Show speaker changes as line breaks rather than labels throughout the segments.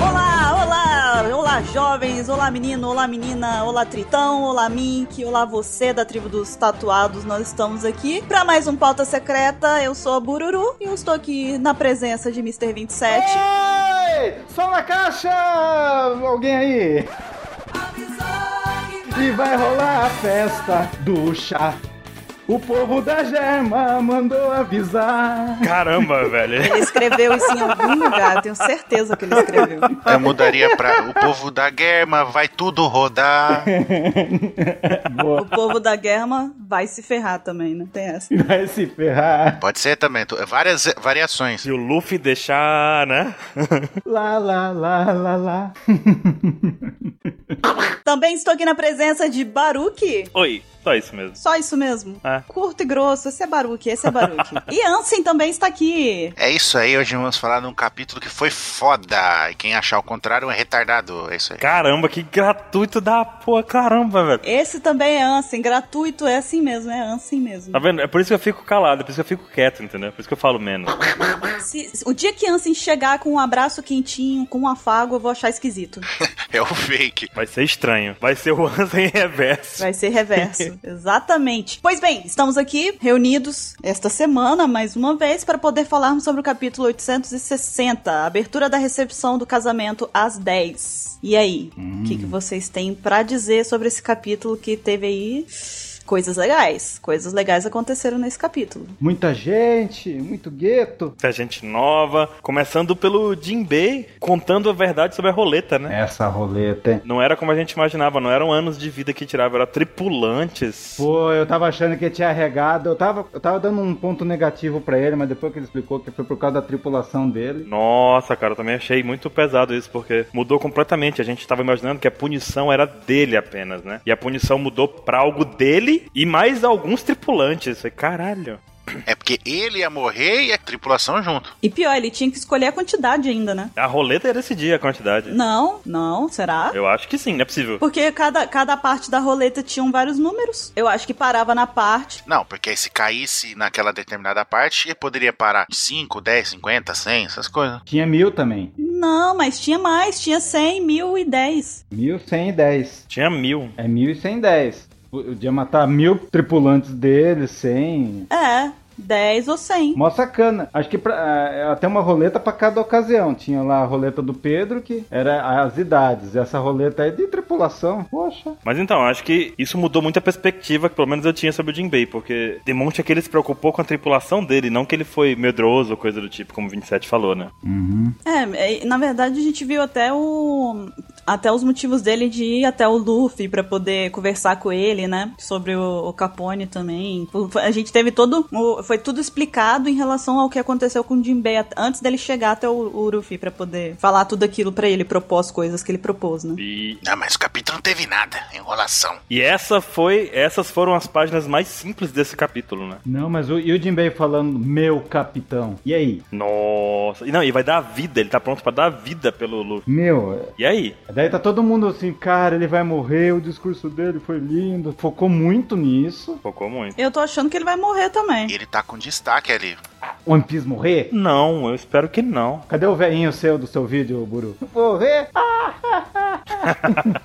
Olá, olá, olá jovens, olá menino, olá menina, olá tritão, olá mink, olá você da tribo dos tatuados. Nós estamos aqui para mais um pauta secreta. Eu sou a Bururu e eu estou aqui na presença de Mr. 27.
Ei, só na caixa! Alguém aí? E vai rolar a festa do chá. O povo da Germa mandou avisar.
Caramba, velho.
Ele escreveu isso em algum lugar, eu tenho certeza que ele escreveu.
Eu mudaria pra o povo da guerra vai tudo rodar.
O povo da guerra vai se ferrar também, não tem essa.
Vai se ferrar.
Pode ser também, tu- várias variações.
Se o Luffy deixar, né?
Lá, lá, lá, lá, lá.
Também estou aqui na presença de Baruque.
Oi, só isso mesmo.
Só isso mesmo.
É.
Curto e grosso, esse é Baruque, esse é Baruque. e Ansem também está aqui.
É isso aí, hoje vamos falar num capítulo que foi foda. E quem achar o contrário é retardado. É isso aí.
Caramba, que gratuito da porra, caramba, velho.
Esse também é Ansem, gratuito, é assim mesmo, é Ansem mesmo.
Tá vendo? É por isso que eu fico calado, é por isso que eu fico quieto, entendeu? Por isso que eu falo menos.
Se- se- o dia que Ansem chegar com um abraço quentinho, com um afago, eu vou achar esquisito.
É o fake.
Vai ser estranho. Vai ser o Ansem reverso.
Vai ser reverso. Exatamente. Pois bem, estamos aqui reunidos esta semana, mais uma vez, para poder falarmos sobre o capítulo 860, a abertura da recepção do casamento às 10. E aí, o que, que vocês têm pra dizer sobre esse capítulo que teve aí coisas legais? Coisas legais aconteceram nesse capítulo.
Muita gente, muito gueto.
Muita gente nova. Começando pelo Jinbei contando a verdade sobre a roleta, né?
Essa roleta, hein?
Não era como a gente imaginava, não eram anos de vida que tirava, eram tripulantes.
Pô, eu tava achando que tinha regado. Eu tava, eu tava dando um ponto negativo pra ele, mas depois que ele explicou que foi por causa da tripulação dele.
Nossa, cara, eu também achei muito pesado isso, porque mudou completamente. A gente tava imaginando que a punição era dele apenas, né? E a punição mudou pra algo dele e mais alguns tripulantes. Falei, Caralho.
É porque ele ia morrer e a tripulação junto.
E pior, ele tinha que escolher a quantidade ainda, né?
A roleta ia decidir a quantidade.
Não, não, será?
Eu acho que sim, não é possível.
Porque cada, cada parte da roleta tinha vários números. Eu acho que parava na parte.
Não, porque aí se caísse naquela determinada parte, ele poderia parar 5, 10, 50, 100, essas coisas.
Tinha mil também.
Não, mas tinha mais. Tinha 100, 1000 e 10.
Mil cem e dez.
Tinha mil.
É mil e cem e dez. Eu ia matar mil tripulantes dele, cem.
É, 10 ou 100.
Mó sacana. Acho que pra, é, até uma roleta pra cada ocasião. Tinha lá a roleta do Pedro, que era as idades. Essa roleta aí de tripulação. Poxa.
Mas então, acho que isso mudou muito a perspectiva que pelo menos eu tinha sobre o Jinbei, porque demonstra que ele se preocupou com a tripulação dele, não que ele foi medroso ou coisa do tipo, como o 27 falou, né?
É, é, na verdade a gente viu até o até os motivos dele de ir até o Luffy pra poder conversar com ele, né? Sobre o, o Capone também. Fo- fo- A gente teve todo o- foi tudo explicado em relação ao que aconteceu com o Jinbei at- antes dele chegar até o, o Luffy pra poder falar tudo aquilo pra ele, propor as coisas que ele propôs, né?
E,
Ah, mas o capítulo não teve nada. Enrolação.
e essa foi, essas foram as páginas mais simples desse capítulo, né?
Não, mas o, e o Jinbei falando, meu capitão. E aí?
Nossa. E não, e vai dar a vida, ele tá pronto pra dar a vida pelo Luffy.
Meu,
E aí?
Daí tá todo mundo assim, cara, ele vai morrer, o discurso dele foi lindo. Focou muito nisso.
Focou muito.
Eu tô achando que ele vai morrer também.
Ele tá com destaque ali.
One Piece morrer?
Não, eu espero que não.
Cadê o velhinho seu do seu vídeo, Buru? Morrer? Ah!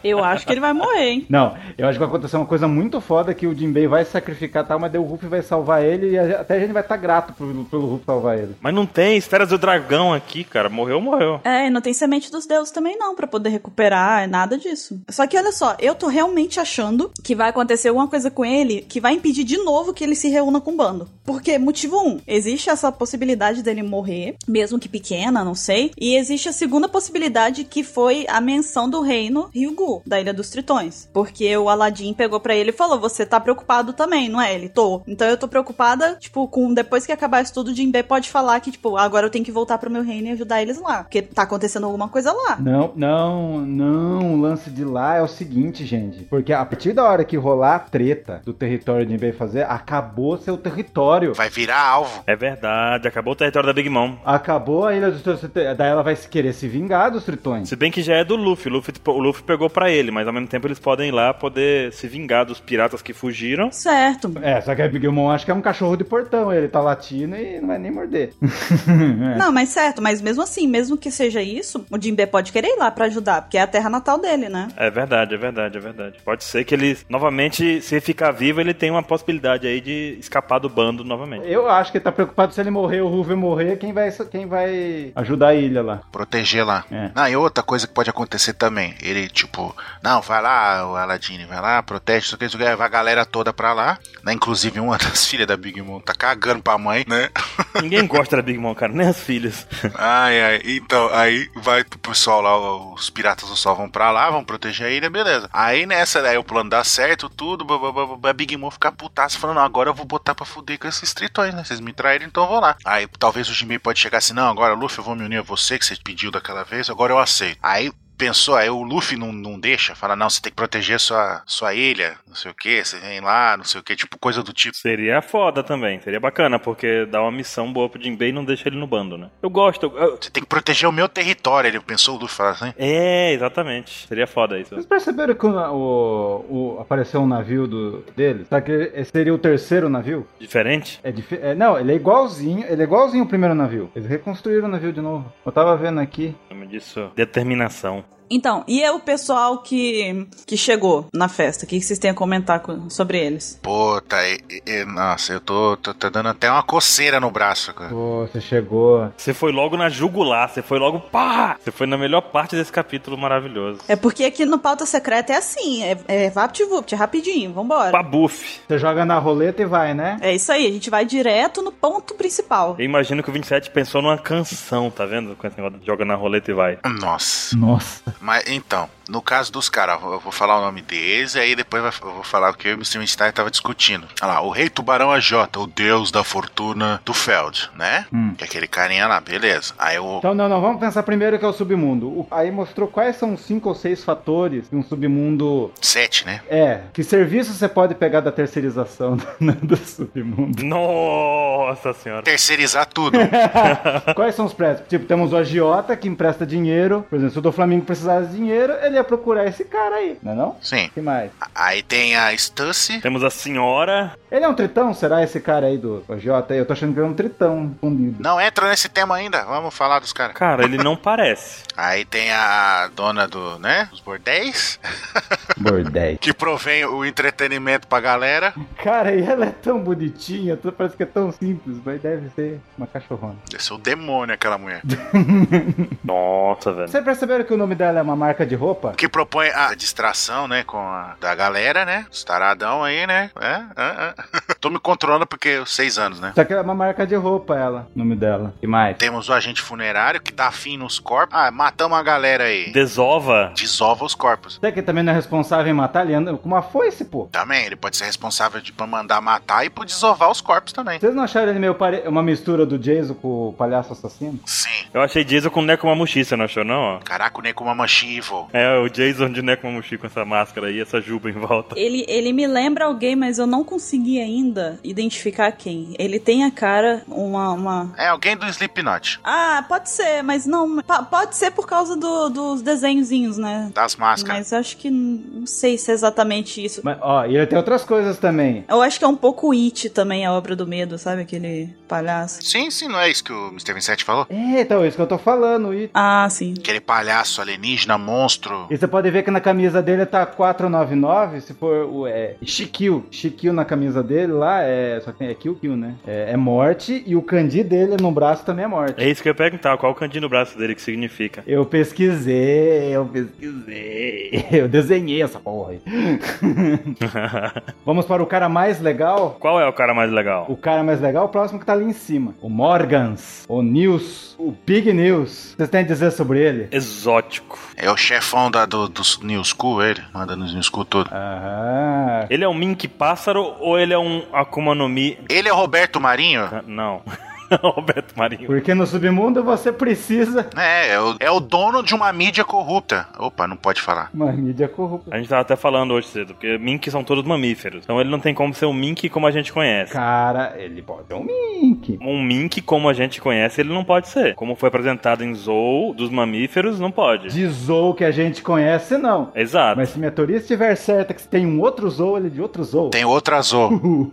Eu acho que ele vai morrer, hein?
Não, eu acho que vai acontecer uma coisa muito foda que o Jinbei vai se sacrificar e tal, mas daí o Ruffy vai salvar ele e a- até a gente vai estar grato pelo, pelo Ruffy salvar ele.
Mas não tem esferas do dragão aqui, cara. Morreu, morreu.
É, e não tem semente dos deuses também não, pra poder recuperar, é nada disso. Só que olha só, eu tô realmente achando que vai acontecer alguma coisa com ele que vai impedir de novo que ele se reúna com o bando. Porque, motivo um, existe essa possibilidade dele morrer, mesmo que pequena, não sei. E existe a segunda possibilidade que foi a menção do reino Ryugu, da Ilha dos Tritões. Porque o Aladdin pegou pra ele e falou: Você tá preocupado também, não é? Ele tô. Então eu tô preocupada, tipo, com depois que acabar isso tudo, o Jinbei pode falar que, tipo, agora eu tenho que voltar pro meu reino e ajudar eles lá. Porque tá acontecendo alguma coisa lá.
Não, não, não. O lance de lá é o seguinte, gente. Porque a partir da hora que rolar a treta do território de Jinbei fazer, acabou seu território.
Vai virar alvo.
É verdade, acabou o território da Big Mom.
Acabou a ilha dos tritões. Daí ela vai se- querer se vingar dos tritões.
Se bem que já é do Luffy. Luffy, tipo, o Luffy pegou pra ele, mas ao mesmo tempo eles podem ir lá poder se vingar dos piratas que fugiram.
Certo.
É, só que a Bigmon acho que é um cachorro de portão. Ele tá latindo e não vai nem morder. É.
Não, mas certo, mas mesmo assim, mesmo que seja isso, o Jinbe pode querer ir lá pra ajudar, porque é a terra natal dele, né?
É verdade, é verdade, é verdade. Pode ser que ele, novamente, se ficar vivo, ele tem uma possibilidade aí de escapar do bando novamente.
Eu acho que ele tá preocupado se ele morrer, o Ruve morrer, quem vai, quem vai ajudar a ilha lá.
Tá. Proteger lá.
É.
Ah, e outra coisa que pode acontecer também. Ele, tipo, não, vai lá, o Aladine, vai lá, protege, isso aqui, isso aqui. Aí vai a galera toda pra lá. Né? Inclusive uma das filhas da Big Mom tá cagando pra mãe, né?
Ninguém gosta da Big Mom, cara, nem as filhas.
Ai, ai. Então, aí vai pro pessoal lá, os piratas do sol vão pra lá, vão proteger a ilha, beleza. Aí nessa, aí o plano dá certo, tudo, blá, blá, blá, blá, blá, a Big Mom fica putaça, falando, não, agora eu vou botar pra fuder com esses tritões, né? Vocês me traíram, então eu vou lá. Aí talvez o Jimmy pode chegar assim, não, agora Luffy, eu vou me unir a você, que você pediu daquela vez, agora eu aceito. Aí pensou, aí o Luffy não, não deixa, fala, não, você tem que proteger sua, sua ilha, não sei o que, você vem lá, não sei o que, tipo, coisa do tipo.
Seria foda também, seria bacana, porque dá uma missão boa pro Jinbei e não deixa ele no bando, né? Eu gosto. eu- eu-
Você tem que proteger o meu território, ele pensou o Luffy, fala assim.
É, exatamente. Seria foda isso.
Vocês perceberam que o, na- o- o- apareceu um navio do, dele? Só que ele- seria o terceiro navio?
Diferente?
É dife- é, não, ele é igualzinho, ele é igualzinho o primeiro navio. Eles reconstruíram o navio de novo. Eu tava vendo aqui.
Chama disso determinação.
Então, e é o pessoal que, que chegou na festa? O que vocês têm a comentar co- sobre eles?
Pô, tá aí. e- e- Nossa, eu tô, tô, tô dando até uma coceira no braço, cara.
Pô, você chegou.
Você foi logo na jugular, você foi logo pá! Você foi na melhor parte desse capítulo maravilhoso.
É porque aqui no Pauta Secreta é assim, é, é vapt-vupt, é rapidinho, vambora.
Pabuf.
Você joga na roleta e vai, né?
É isso aí, a gente vai direto no ponto principal.
Eu imagino que o 27 pensou numa canção, tá vendo? Com esse negócio de joga na roleta e vai.
Nossa.
Nossa.
Mas então, no caso dos caras, eu vou falar o nome deles e aí depois vai- eu vou falar o que eu e o Mr. Stein tava discutindo. Olha lá, o Rei Tubarão AJ, o deus da fortuna do Feld, né?
Hum.
Que é aquele carinha lá, beleza. Aí o.
Então, não, não, vamos pensar primeiro que é o submundo. O- aí mostrou quais são os cinco ou seis fatores que um submundo.
Sete, né?
É, que serviço você pode pegar da terceirização do, do submundo?
Nossa senhora.
Terceirizar tudo.
Quais são os prédios? Tipo, temos o agiota que empresta dinheiro. Por exemplo, se o do Flamengo precisasse de dinheiro, ele ia procurar esse cara aí, não é não?
Sim.
que mais?
Aí tem a Stussy.
Temos a senhora.
Ele é um tritão? Será esse cara aí do agiota? aí? Eu tô achando que ele é um tritão fundido.
Não entra nesse tema ainda, vamos falar dos caras.
Cara, ele não parece.
Aí tem a dona do, né? Dos bordéis.
Bordéis.
Que provém o entretenimento pra galera.
Cara, e ela é tão bonitinha, tu- parece que é tão simples, mas deve ser uma cachorrona.
Deve ser o demônio aquela mulher.
Nossa, velho.
Vocês perceberam que o nome dela é uma marca de roupa?
que propõe a distração, né, com a da galera, né? Os taradão aí, né? É, é, é. Tô me controlando porque eu seis anos, né?
Só que ela é uma marca de roupa, ela. O nome dela. E mais?
Temos o agente funerário que dá fim nos corpos. Ah, matamos a galera aí.
Desova.
Desova os corpos.
Você que também não é responsável em matar, ele anda com uma foice, pô.
Também, ele pode ser responsável de pra mandar matar e por desovar os corpos também.
Vocês não acharam ele meio pare... uma mistura do Jason com o palhaço assassino?
Sim.
Eu achei Jason com Nekomamushi, você não achou, não? ó?
Caraca, o Nekomamushi Evil.
É, o Jason de Nekomamushi com essa máscara aí, essa juba em volta.
Ele, ele me lembra alguém, mas eu não consegui ainda identificar quem. Ele tem a cara, uma. uma...
É alguém do Slipknot.
Ah, pode ser, mas não. pa- Pode ser por causa do- dos desenhozinhos, né?
Das máscaras.
Mas eu acho que n- não sei se é exatamente isso.
Mas, ó, e ele tem outras coisas também.
Eu acho que é um pouco It também, a obra do medo, sabe? Aquele palhaço.
Sim, sim, não é isso que o Mr. 27 falou?
É, então, isso que eu tô falando. E,
Ah, sim.
Aquele palhaço alienígena, monstro.
e você pode ver que na camisa dele tá 499, se for o é, Shikyu. Shikyu na camisa dele lá é. Só que tem- é Kill Kill, né? É, é morte e o Kandi dele no braço também é morte.
É isso que eu ia perguntar, qual o candinho no braço dele que significa?
Eu pesquisei, eu pesquisei. Eu desenhei essa porra aí. Vamos para o cara mais legal.
qual é o cara mais legal?
O cara mais legal, o próximo que tá ali em cima. O Morgans, o News, o Big News. Vocês têm a dizer sobre ele?
Exótico.
É o chefão da, do, dos New School, ele. Manda nos New School todo.
Aham.
Ele é um mink pássaro ou ele é um Akuma no Mi?
Ele é o Roberto Marinho?
Ah, Não. Roberto Marinho.
Porque no submundo você precisa.
É, é o, é o dono de uma mídia corrupta. Opa, não pode falar.
Uma mídia corrupta.
A gente tava até falando hoje cedo, porque mink são todos mamíferos. Então ele não tem como ser um mink como a gente conhece.
Cara, ele pode ser um mink.
Um mink como a gente conhece, ele não pode ser. Como foi apresentado em Zoo, dos mamíferos, não pode.
De Zou que a gente conhece, não.
Exato.
Mas se minha teoria estiver certa, que se tem um outro Zou, ele é de outro Zou.
Tem outra Azul.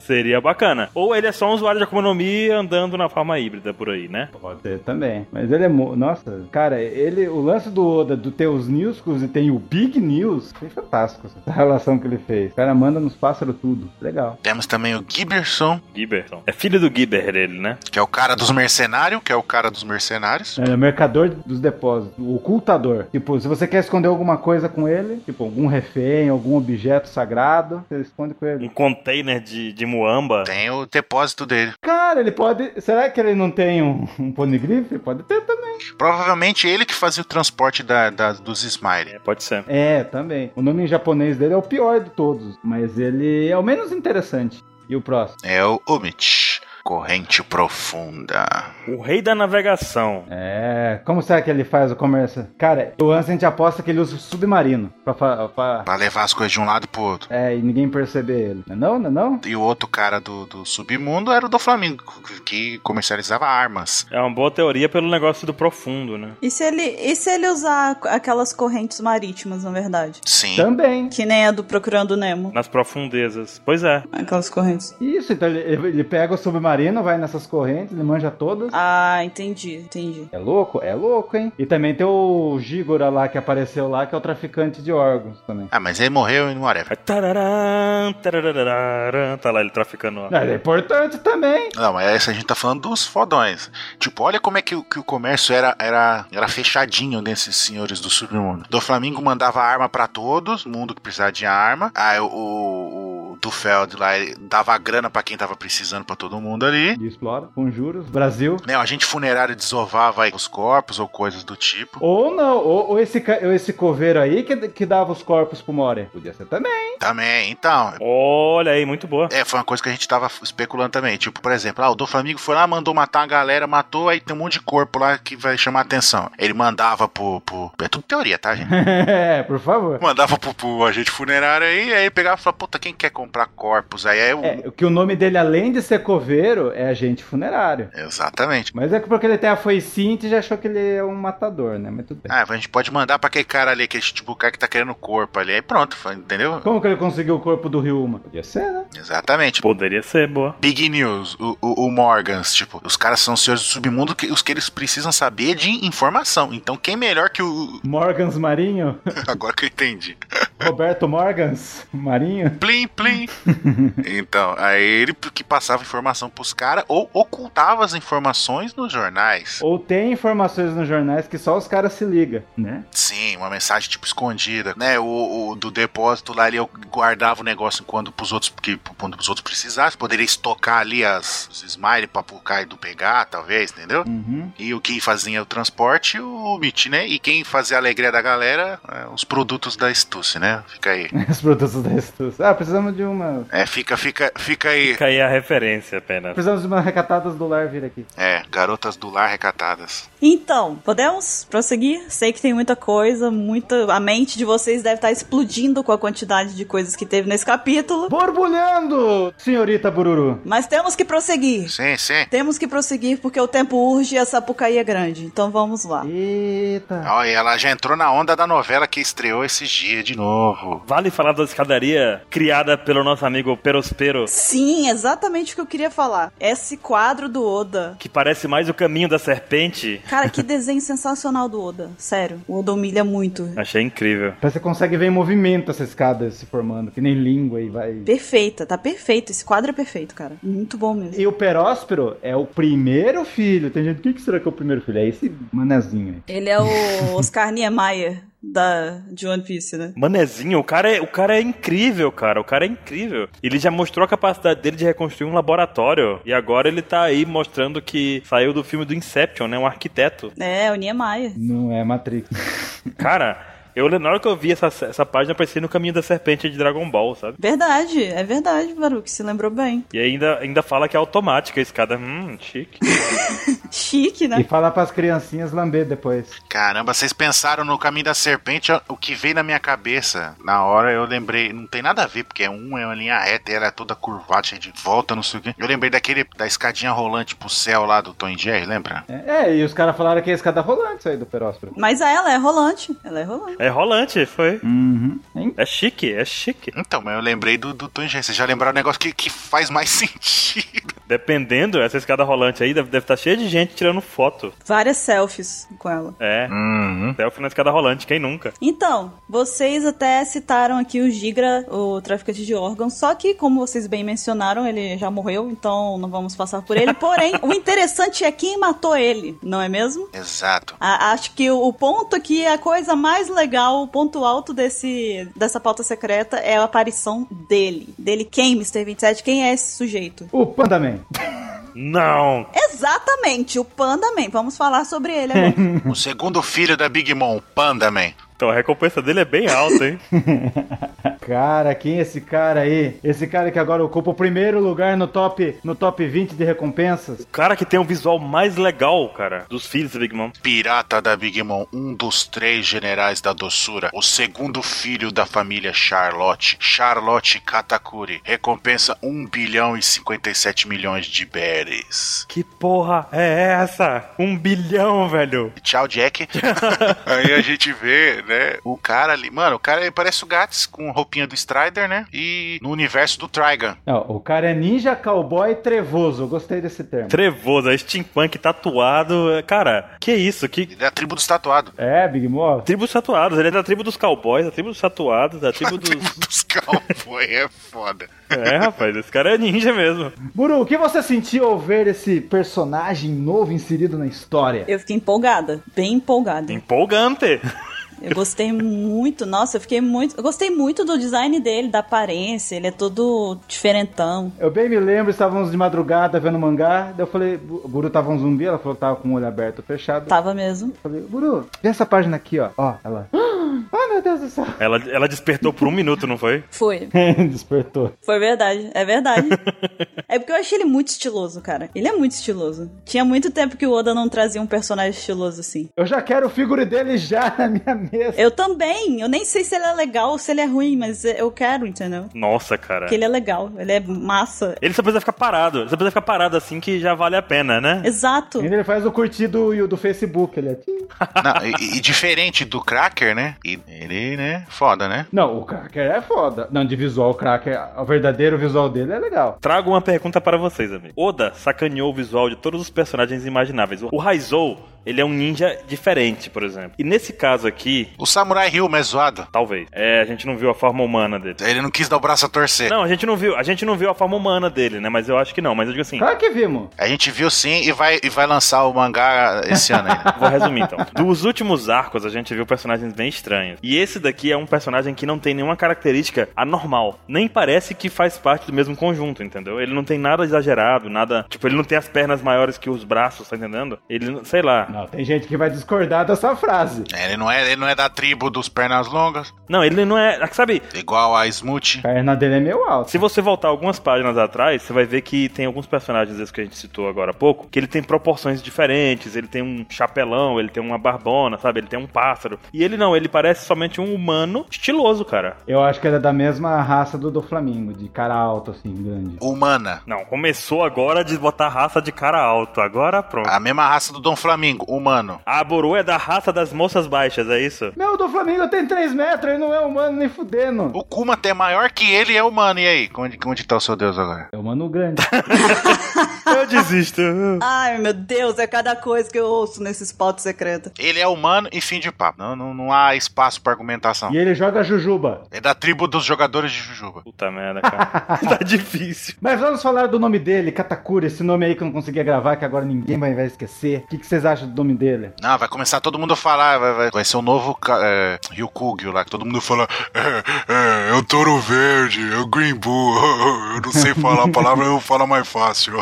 Seria bacana. Ou ele é só um usuário de economia andando na forma híbrida por aí, né?
Pode ser também. Mas ele é. mo- Nossa, cara, ele. O lance do Oda, do ter os Newscos e tem o Big News, foi fantástico essa relação que ele fez. O cara manda nos pássaros tudo. Legal.
Temos também o Giberson,
Giberton. É filho do Giber ele, né?
que é o cara dos mercenários, que é o cara dos mercenários.
Ele é o mercador dos depósitos, o ocultador. Tipo, se você quer esconder alguma coisa com ele, tipo, algum refém, algum objeto sagrado, você esconde com ele.
Um container de, de muamba.
Tem o depósito dele.
Cara, ele pode. Será que ele não tem um, um ponegrife? Pode ter também.
Provavelmente ele que fazia o transporte da, da- dos Smiley.
É, pode ser.
É, também. O nome em japonês dele é o pior de todos, mas ele é o menos interessante. E o próximo?
É o Omit. Corrente profunda.
O rei da navegação.
É, como será que ele faz o comércio? Cara, o Ansem te aposta que ele usa o submarino pra, fa- pra-
Pra levar as coisas de um lado pro outro.
É, e ninguém perceber ele. Não, é não, não, é não?
E o outro cara do, do submundo era o do Flamengo, que comercializava armas.
É uma boa teoria pelo negócio do profundo, né?
E se ele, e se ele usar aquelas correntes marítimas, na verdade?
Sim.
Também.
Que nem a do Procurando Nemo.
Nas profundezas. Pois é.
Aquelas correntes.
Isso, então ele, ele- ele pega o submarino, vai nessas correntes, ele manja todas.
Ah, entendi, entendi.
É louco? É louco, hein? E também tem o Gigora lá que apareceu lá, que é o traficante de órgãos também.
Ah, mas ele morreu e não whatever.
Aí, tararã, tararararã, tá lá ele traficando. ó.
Ah, ele é importante também.
Não, mas essa a gente tá falando dos fodões. Tipo, olha como é que, o- que o comércio era, era, era fechadinho desses senhores do submundo. Do Flamengo mandava arma pra todos, mundo que precisava de arma. Aí o, o, o do Feld lá ele dava grana pra quem tava precisando pra todo mundo ali.
E explora, com juros, Brasil.
Né, o agente funerário desovava aí os corpos ou coisas do tipo.
Ou não, ou, ou esse, ca- ou esse coveiro aí que, que dava os corpos pro More. Podia ser também.
Também, então.
Olha aí, muito boa.
É, foi uma coisa que a gente tava especulando também. Tipo, por exemplo, ah, o do Flamengo foi lá, mandou matar a galera, matou, aí tem um monte de corpo lá que vai chamar atenção. Ele mandava pro. pro... É tudo teoria, tá, gente?
é, por favor.
Mandava pro, pro agente funerário aí, aí ele pegava e falava, puta, quem quer comprar corpos? Aí é o.
É, que o nome dele, além de ser coveiro, é agente funerário.
Exatamente.
Mas é que porque ele tem a foicinha e já achou que ele é um matador, né? Mas tudo bem.
Ah, a gente pode mandar pra aquele cara ali, aquele tipo cara que tá querendo corpo ali. Aí pronto, foi, entendeu?
Como que ele conseguiu o corpo do Ryuma? Podia ser, né?
Exatamente.
Poderia ser boa.
Big News, o, o, o Morgans, tipo, os caras são os senhores do submundo, que, os que eles precisam saber de informação. Então quem melhor que o.
Morgans Marinho?
Agora que eu entendi.
Roberto Morgans Marinho?
Plim, plim. então, aí ele que passava informação pros caras ou ocultava as informações nos jornais.
Ou tem informações nos jornais que só os caras se ligam, né?
Sim, uma mensagem tipo escondida, né? O, o do depósito lá ele guardava o negócio quando pros outros, que, quando pros outros precisassem, poderia estocar ali as os smile pra pro Kaido pegar, talvez, entendeu?
Uhum.
E o quem fazia o transporte, o Mitch, né? E quem fazia a alegria da galera, é, os produtos da Stussy, né? Fica aí.
Os produtos da astúcia. Ah, precisamos de uma.
É, fica, fica, fica aí.
Fica aí a referência apenas.
Precisamos de uma recatadas do lar vir aqui.
É, garotas do lar recatadas.
Então, podemos prosseguir? Sei que tem muita coisa, muita. A mente de vocês deve estar explodindo com a quantidade de coisas que teve nesse capítulo.
Borbulhando, senhorita Bururu.
Mas temos que prosseguir.
Sim, sim.
Temos que prosseguir porque o tempo urge e a sapucaí é grande. Então vamos lá.
Eita.
Olha, ela já entrou na onda da novela que estreou esses dias de novo.
Vale falar da escadaria criada pelo nosso amigo Perospero,
Sim, exatamente o que eu queria falar. Esse quadro do Oda.
que parece mais o caminho da serpente.
Cara, que desenho sensacional do Oda. Sério, o Oda humilha muito.
Achei incrível.
Você consegue ver em movimento essa escada se formando, que nem língua e vai.
Perfeita, tá perfeito. Esse quadro é perfeito, cara. Muito bom mesmo.
E o Peróspero é o primeiro filho. Tem gente, o que que será que é o primeiro filho? É esse manezinho aí.
Ele é o Oscar Niemeyer da, de One Piece, né?
Manezinho, o cara, é, o cara é incrível, cara. O cara é incrível. Ele já mostrou a capacidade dele de reconstruir um laboratório. E agora ele tá aí mostrando que saiu do filme do Inception, né? Um arquiteto.
É, o Niemeyer.
Não é Matrix.
Cara. Eu, na hora que eu vi essa, essa página, eu pensei no caminho da serpente de Dragon Ball, sabe?
Verdade, é verdade, Baruque, se lembrou bem.
E ainda, ainda fala que é automática a escada. Hum, chique.
Chique,
E
né?
falar pras criancinhas lamber depois.
Caramba, vocês pensaram no caminho da serpente, ó, o que veio na minha cabeça. Na hora eu lembrei, não tem nada a ver, porque é um é uma linha reta, e ela é toda curvada, cheia de volta, não sei o quê. Eu lembrei daquele da escadinha rolante pro céu lá do Tom e Jerry, lembra?
É, é, e os caras falaram que é escada rolante isso aí do peróspero.
Mas ela é rolante. Ela é rolante.
É rolante, foi.
Uhum. Hein?
É chique, é chique.
Então, mas eu lembrei do, do Tom e Jerry. Vocês já lembraram um negócio que, que faz mais sentido.
Dependendo, essa escada rolante aí deve, deve estar cheia de gente tirando foto.
Várias selfies com ela.
É.
Uhum.
Selfie na escada rolante, quem nunca?
Então, vocês até citaram aqui o Gigra, o traficante de órgãos, só que, como vocês bem mencionaram, ele já morreu, então não vamos passar por ele. Porém, o interessante é quem matou ele, não é mesmo?
Exato.
A- acho que o, o ponto aqui, é a coisa mais legal, o ponto alto desse, dessa pauta secreta é a aparição dele. Dele quem, Mr. 27? Quem é esse sujeito?
O Pandaman.
Não!
Exatamente, o Panda Man. Vamos falar sobre ele agora.
O segundo filho da Big Mom, o Panda Man.
Então a recompensa dele é bem alta, hein?
Cara, quem é esse cara aí? Esse cara que agora ocupa o primeiro lugar no top, no top 20 de recompensas.
o cara que tem um visual mais legal, cara, dos filhos do Big Mom.
Pirata da Big Mom, um dos três generais da doçura, o segundo filho da família Charlotte, Charlotte Katakuri, recompensa 1 bilhão e 57 milhões de berries.
Que porra é essa? Um bilhão, velho!
E Tchau, Jack. Aí a gente vê, né? O cara ali. Mano, o cara ele parece o Gats com roupinha do Strider, né? E no universo do Trigon.
Não, o cara é ninja, cowboy trevoso. Gostei desse termo.
Trevoso, é steampunk tatuado. é, Cara, que isso? Que
Ele é a tribo dos tatuados.
É, Big Mo?
tribos tatuados? Ele é da tribo dos cowboys, da tribo dos tatuados, da tribo dos.
Dos cowboy é foda.
É, rapaz, esse cara é ninja mesmo.
Buru, o que você sentiu ao ver esse personagem novo inserido na história?
Eu fiquei empolgada, bem empolgada.
Empolgante!
Eu gostei muito, nossa, eu fiquei muito. Eu gostei muito do design dele, da aparência, ele é todo diferentão.
Eu bem me lembro, estávamos de madrugada vendo mangá, daí eu falei, Bu- Buru tava um zumbi, ela falou que tava com o olho aberto fechado.
Tava mesmo.
Eu falei, Buru, vê essa página aqui, ó. Ó, ela. Ah, meu Deus do céu.
Ela, ela despertou por um minuto, não foi?
Foi.
Despertou.
Foi verdade, é verdade. é porque eu achei ele muito estiloso, cara. Ele é muito estiloso. Tinha muito tempo que o Oda não trazia um personagem estiloso assim.
Eu já quero o figure dele já na minha mesa.
Eu também, eu nem sei se ele é legal ou se ele é ruim, mas eu quero, entendeu?
Nossa, cara.
Porque ele é legal, ele é massa.
Ele só precisa ficar parado. Ele só precisa ficar parado assim que já vale a pena, né?
Exato.
Ainda Ele faz o curtido e o do Facebook, ele é.
Não, e, e diferente do Cracker, né? E ele, né? Foda, né?
Não, o Cracker é foda. Não, de visual, o Cracker, o verdadeiro visual dele é legal.
Trago uma pergunta para vocês, amigo. Oda sacaneou o visual de todos os personagens imagináveis. O Raizou, ele é um ninja diferente, por exemplo. E nesse caso aqui,
O Samurai Hill, mas zoado.
talvez. É, a gente não viu a forma humana dele.
Ele não quis dar o braço a torcer.
Não, a gente não viu. A gente não viu a forma humana dele, né? Mas eu acho que não. Mas eu digo assim.
Claro que vimos.
A gente viu sim e vai, e vai lançar o mangá esse ano ainda.
Vou resumir então. Dos últimos arcos, a gente viu personagens bem estranhos. E esse daqui é um personagem que não tem nenhuma característica anormal. Nem parece que faz parte do mesmo conjunto, entendeu? Ele não tem nada exagerado, nada. Tipo, ele não tem as pernas maiores que os braços, tá entendendo? Ele, não- sei lá.
Não, tem gente que vai discordar dessa frase.
Ele não é, ele não é da tribo dos pernas longas,
Não, ele não é. Sabe,
igual a Smooth.
A perna dele é meio alta.
se você voltar algumas páginas atrás, você vai ver que tem alguns personagens esses que a gente citou agora há pouco, que ele tem proporções diferentes, ele tem um chapelão, ele tem uma barbona, sabe? Ele tem um pássaro. E ele não, ele parece somente um humano estiloso, cara.
Eu acho que ele é da mesma raça do do Flamingo, de cara alto, assim, grande.
Humana.
Não, começou agora de botar raça de cara alto. Agora pronto.
A mesma raça do Dom Flamingo, humano.
A Boru é da raça das moças baixas, é isso?
Meu, o do Flamingo tem 3 metros, ele não é humano nem fudendo.
O Kuma até é maior que ele é humano. E aí, onde, onde tá o seu Deus agora?
É humano grande.
Eu desisto.
Ai, meu Deus, é cada coisa que eu ouço nesses pautos secretos.
Ele é humano e fim de papo. Não, não, não há espaço pra argumentação.
e ele joga jujuba.
É da tribo dos jogadores de Jujuba.
Puta merda, cara. tá difícil.
Mas vamos falar do nome dele, Katakuri, esse nome aí que eu não conseguia gravar, que agora ninguém vai vai esquecer. O que, que vocês acham do nome dele?
Não, vai começar todo mundo a falar. Vai, vai, vai ser o novo ca- é, Ryukugyu lá, que todo mundo fala. É, é, é o Touro Verde, é o Green Bull. Eu não sei falar a palavra, eu falo mais fácil.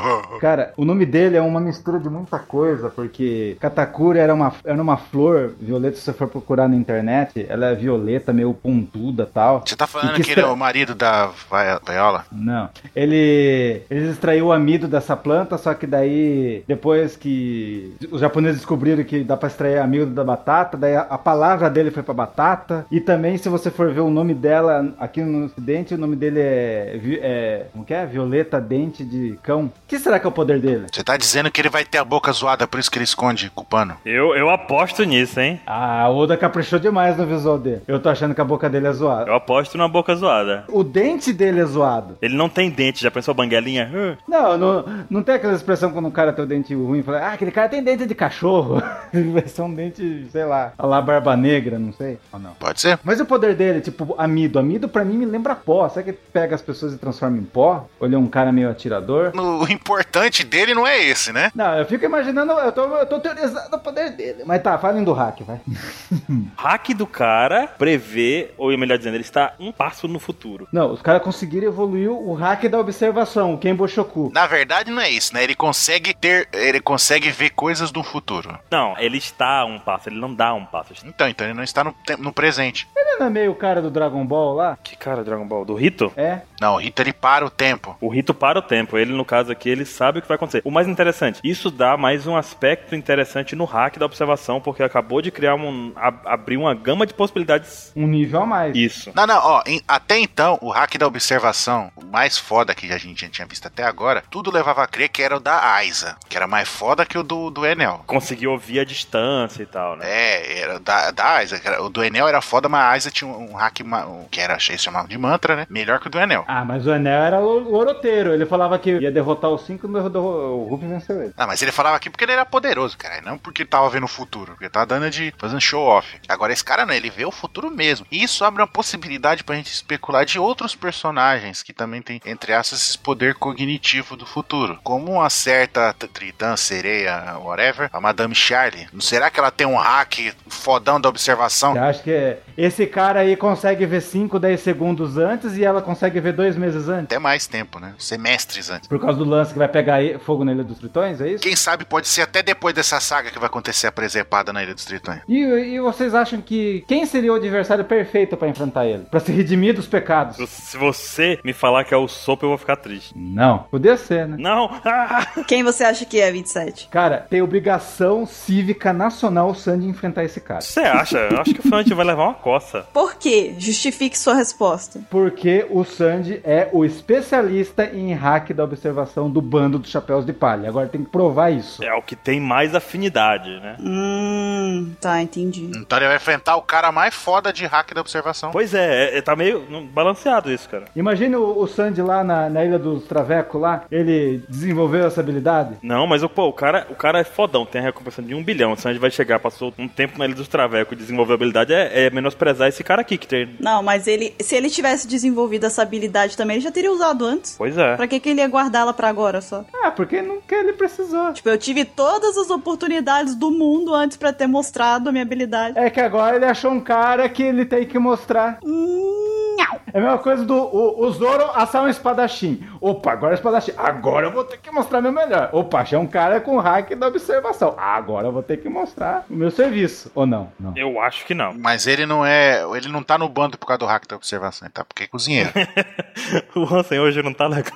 Cara, o nome dele é uma mistura de muita coisa, porque Katakuri era uma, era uma flor violeta, se você for procurar na internet, ela é violeta, meio pontuda e tal.
Você tá falando
E
que, ele é
extra-
o marido da Vai- Viola?
Não. Ele, eles extraiu o amido dessa planta, só que daí, depois que os japoneses descobriram que dá pra extrair amido da batata, daí a, a palavra dele foi pra batata. E também, se você for ver o nome dela aqui no ocidente, o nome dele é... Vi- é como que é? Violeta Dente de Cão. O que será que é o poder dele?
Você tá dizendo que ele vai ter a boca zoada, por isso que ele esconde com o pano?
Eu, eu aposto nisso, hein?
Ah, o Oda caprichou demais no visual dele. Eu tô achando que a boca dele é zoada.
Eu aposto numa boca zoada.
O dente dele é zoado.
Ele não tem dente, já pensou banguelinha? Uh.
Não, não, não tem aquela expressão quando um cara tem o dente ruim, fala, ah, aquele cara tem dente de cachorro. Ele vai ser um dente, sei lá, a lá barba negra, não sei. Ou não.
Pode ser?
Mas o poder dele, tipo, amido. Amido pra mim me lembra pó. Sabe que pega as pessoas e transforma em pó? Olha um cara meio atirador.
No- O importante dele não é esse, né?
Não, eu fico imaginando, eu tô, eu tô teorizando o poder dele. Mas tá, falem do hack, vai.
Hack do cara prevê, ou melhor dizendo, ele está um passo no futuro.
Não, os caras conseguiram evoluir o hack da observação, o Kenboshoku.
Na verdade, não é isso, né? Ele consegue ter. Ele consegue ver coisas do futuro.
Não, ele está um passo, ele não dá um passo.
Então, então ele não está no, te- no presente.
Ele não é meio o cara do Dragon Ball lá?
Que cara, Dragon Ball? Do Rito?
É?
Não, o Rita ele para o tempo.
O rito para o tempo. Ele, no caso aqui, ele sabe o que vai acontecer. O mais interessante, isso dá mais um aspecto interessante no hack da observação, porque acabou de criar um. ab- abrir uma gama de possibilidades.
Um nível a mais.
Isso.
Não, não, ó, em- até então, o hack da observação, o mais foda que a gente já tinha visto até agora, tudo levava a crer que era o da Aiza, que era mais foda que o do, do Enel.
Conseguiu ouvir a distância e tal, né?
É, era da, da Aiza, que era- o do Enel era foda, mas a Aiza tinha um, um hack ma- um- que era, eles chamavam de mantra, né? Melhor que o do Enel.
Ah, mas o Enel era lo- loroteiro. Ele falava que ia derrotar os cinco, mas derro- o Ruff venceu ele.
Ah, mas ele falava aqui porque ele era poderoso, cara. e Não porque ele tava vendo o futuro. Porque ele tava dando de. fazendo show off. Agora esse cara não, ele vê o futuro mesmo. E isso abre uma possibilidade pra gente especular de outros personagens que também tem, entre aspas, esse poder cognitivo do futuro. Como uma certa t- Tritã, sereia, whatever, a Madame Charlie. Não será que ela tem um hack fodão da observação?
Eu acho que é- esse cara aí consegue ver 5, 10 segundos antes e ela consegue ver dois meses antes.
Até mais tempo, né? Semestres antes.
Por causa do lance que vai pegar e- fogo na Ilha dos Tritões, é isso?
Quem sabe pode ser até depois dessa saga que vai acontecer a presepada na Ilha dos Tritões.
E, e vocês acham que quem seria o adversário perfeito pra enfrentar ele? Pra se redimir dos pecados?
Se- Se você me falar que é o sopa, eu vou ficar triste.
Não. Podia ser, né?
Não! Ah!
Quem você acha que é 27?
Cara, tem obrigação cívica nacional o Sandy enfrentar esse cara.
Você acha? Eu acho que o Fernandes vai levar uma coça.
Por quê? Justifique sua resposta.
Porque o Sandy é o especialista em hack da observação do bando dos chapéus de palha. Agora tem que provar isso.
É o que tem mais afinidade, né?
Hum, tá, entendi.
Então ele vai enfrentar o cara mais foda de hack da observação.
Pois é, é- é, tá meio não, balanceado isso, cara.
Imagina o, o Sandy lá na, na Ilha dos Traveco lá, ele desenvolveu essa habilidade.
Não, mas pô, o cara, o cara é fodão, tem a recompensa de um bilhão. O Sanji vai chegar, passou um tempo na Ilha dos Travecos e desenvolveu a habilidade, é, é menosprezar esse cara aqui que tem.
Não, mas ele, se ele tivesse desenvolvido essa habilidade também, ele já teria usado antes.
Pois é.
Pra que, que ele ia guardá-la pra agora só?
Ah, porque nunca ele precisou.
Tipo, eu tive todas as oportunidades do mundo antes pra ter mostrado a minha habilidade.
É que agora ele achou um cara que ele tem que mostrar.
Hum, nhau.
É a mesma coisa do o, o Zoro assar um espadachim. Opa, agora é espadachim. Agora eu vou ter que mostrar meu melhor. Opa, achei um cara com hack da observação. Agora eu vou ter que mostrar o meu serviço. Ou não? Não.
Eu acho que não.
Mas ele não é. Ele não tá no bando por causa do hack da observação, ele tá porque é cozinheiro.
o Hansen hoje não tá legal.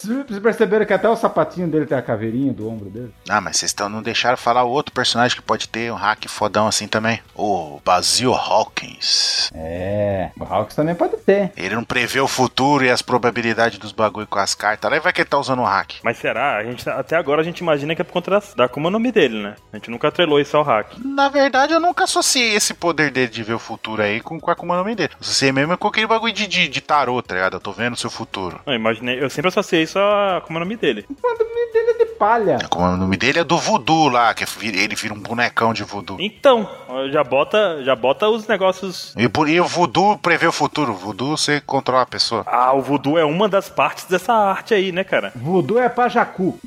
Vocês perceberam que até o sapatinho dele tem a caveirinha do ombro dele?
ah, mas vocês tão, não deixaram falar o outro personagem que pode ter um hack fodão assim também. O Basil Hawkins.
É, o Hawks também pode ter.
Ele não prevê o futuro e as probabilidades dos bagulho com as cartas. Lá vai que ele tá usando o hack.
Mas será? A gente, tá, até agora a gente imagina que é por conta da, da como é o nome dele, né? A gente nunca atrelou isso ao hack.
Na verdade, eu nunca associei esse poder dele de ver o futuro aí com, com a Akuma no Mi dele. Associei mesmo com aquele bagulho de, de, de tarô, tá ligado? Eu tô vendo o seu futuro.
Eu imaginei, eu sempre associei isso a como é o nome dele.
Mas o nome dele é de palha.
A Akuma no nome dele é do voodoo lá, que vira- ele vira um bonecão de voodoo.
Então, já bota, já bota os negócios
E, por- e o voodoo prevê o futuro. Voodoo você controla a pessoa.
Ah, o voodoo é uma das partes dessa arte aí, né, cara?
Voodoo é pra Jacu.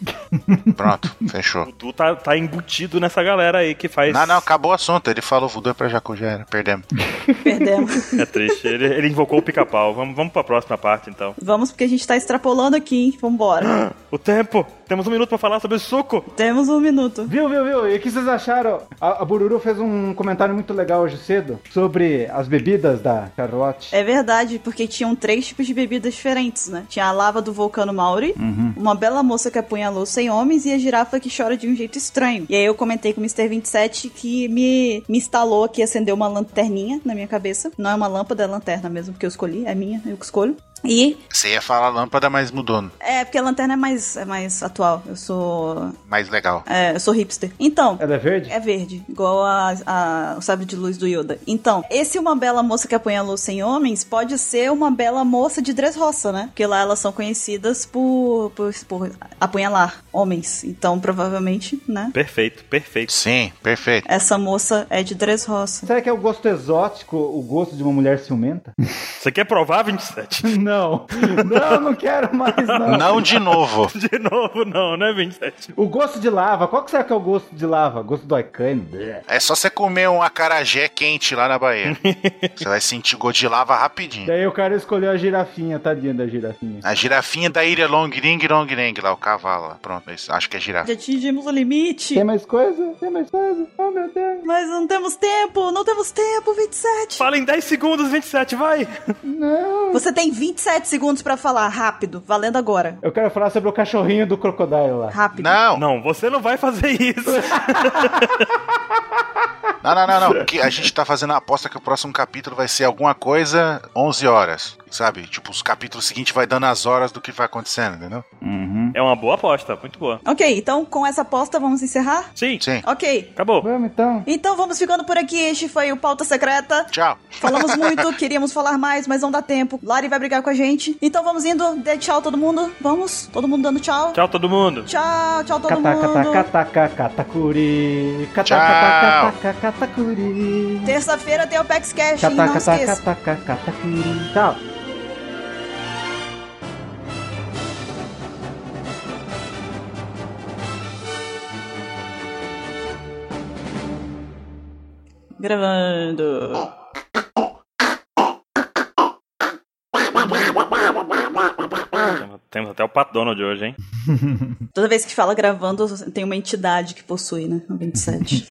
Pronto,
O
fechou.
voodoo tá, tá embutido nessa galera aí que faz.
Não, não, acabou o assunto. Ele falou voodoo é pra Jacu, já era. Perdemos.
Perdemos.
É triste. Ele, ele invocou o pica-pau. Vamos, vamos pra próxima parte, então.
Vamos, porque a gente tá extrapolando aqui, hein? Vambora.
O tempo! Temos um minuto pra falar sobre suco.
Temos um minuto.
Viu, viu, viu? E o que vocês acharam? A, a Bururu fez um comentário muito legal hoje cedo sobre as bebidas da Charlotte.
É verdade, porque tinham três tipos de bebidas diferentes, né? Tinha a lava do vulcano Mauri, uma bela moça que apunhalou 100 homens e a girafa que chora de um jeito estranho. E aí eu comentei com o Mr. 27 que me, me instalou aqui, acendeu uma lanterninha na minha cabeça. Não é uma lâmpada, é lanterna mesmo, porque eu escolhi, é minha, eu que escolho. E
Você ia falar lâmpada, mas mudou. né?
é porque a lanterna é mais, é mais atual. Eu sou.
Mais legal.
é, eu sou hipster. Então,
Ela é verde?
É verde, igual a, a- o sabre de luz do Yoda. Então, esse Uma Bela Moça que apunhalou 100 homens pode ser uma bela moça de Dressrosa, né? Porque lá elas são conhecidas por, por, por apunhalar homens. Então, provavelmente, né?
Perfeito, perfeito.
Sim, perfeito.
Essa moça é de Dressrosa.
Será que é o gosto exótico, o gosto de uma mulher ciumenta?
Você quer é provar, 27?
Não. Não, não quero mais, não.
Não de novo.
De novo, não, né, 27?
O gosto de lava, qual que será que é o gosto de lava? Gosto do Aicane? Bleh.
É só você comer um acarajé quente lá na Bahia. Você vai sentir gosto de lava rapidinho.
Daí o cara escolheu a girafinha, tadinha da girafinha.
A girafinha da ilha Long Ring, Long Ring, lá, o cavalo. lá. Pronto, é isso. acho que é girafa.
Já atingimos o limite.
Tem mais coisa? Tem mais coisa? Oh, meu Deus.
Mas não temos tempo, não temos tempo, 27.
Fala em 10 segundos, 27, vai!
Não.
Você tem 27 segundos pra falar, rápido, valendo agora.
Eu quero falar sobre o cachorrinho do crocodilo lá.
Rápido.
Não,
Não, você não vai fazer isso.
não, não, não, não. Que a gente tá fazendo a aposta que o próximo capítulo vai ser alguma coisa 11 horas. Sabe? Tipo, os capítulos seguintes vai dando as horas do que vai acontecendo, entendeu?
É uma boa aposta, muito boa.
Ok, então com essa aposta vamos encerrar?
Sim,
Sim.
Ok.
acabou.
Vamos então.
Então vamos ficando por aqui. Este foi o Pauta Secreta.
Tchau.
Falamos muito, queríamos falar mais, mas não dá tempo. Lari vai brigar com a gente. Então vamos indo. Dê tchau todo mundo. Vamos? Todo mundo dando tchau.
Tchau, todo mundo.
Tchau, tchau todo
Cataca,
mundo.
cataca, catacuri.
Tchau.
Cataca, cataca, catacuri.
Terça-feira tem o PEX Cash, hein? Não
Cataca,
esqueça.
cataca, catacuri. Tchau.
Gravando.
Temos até o Pat Donald hoje, hein?
Toda vez que fala gravando, tem uma entidade que possui, né? No 27.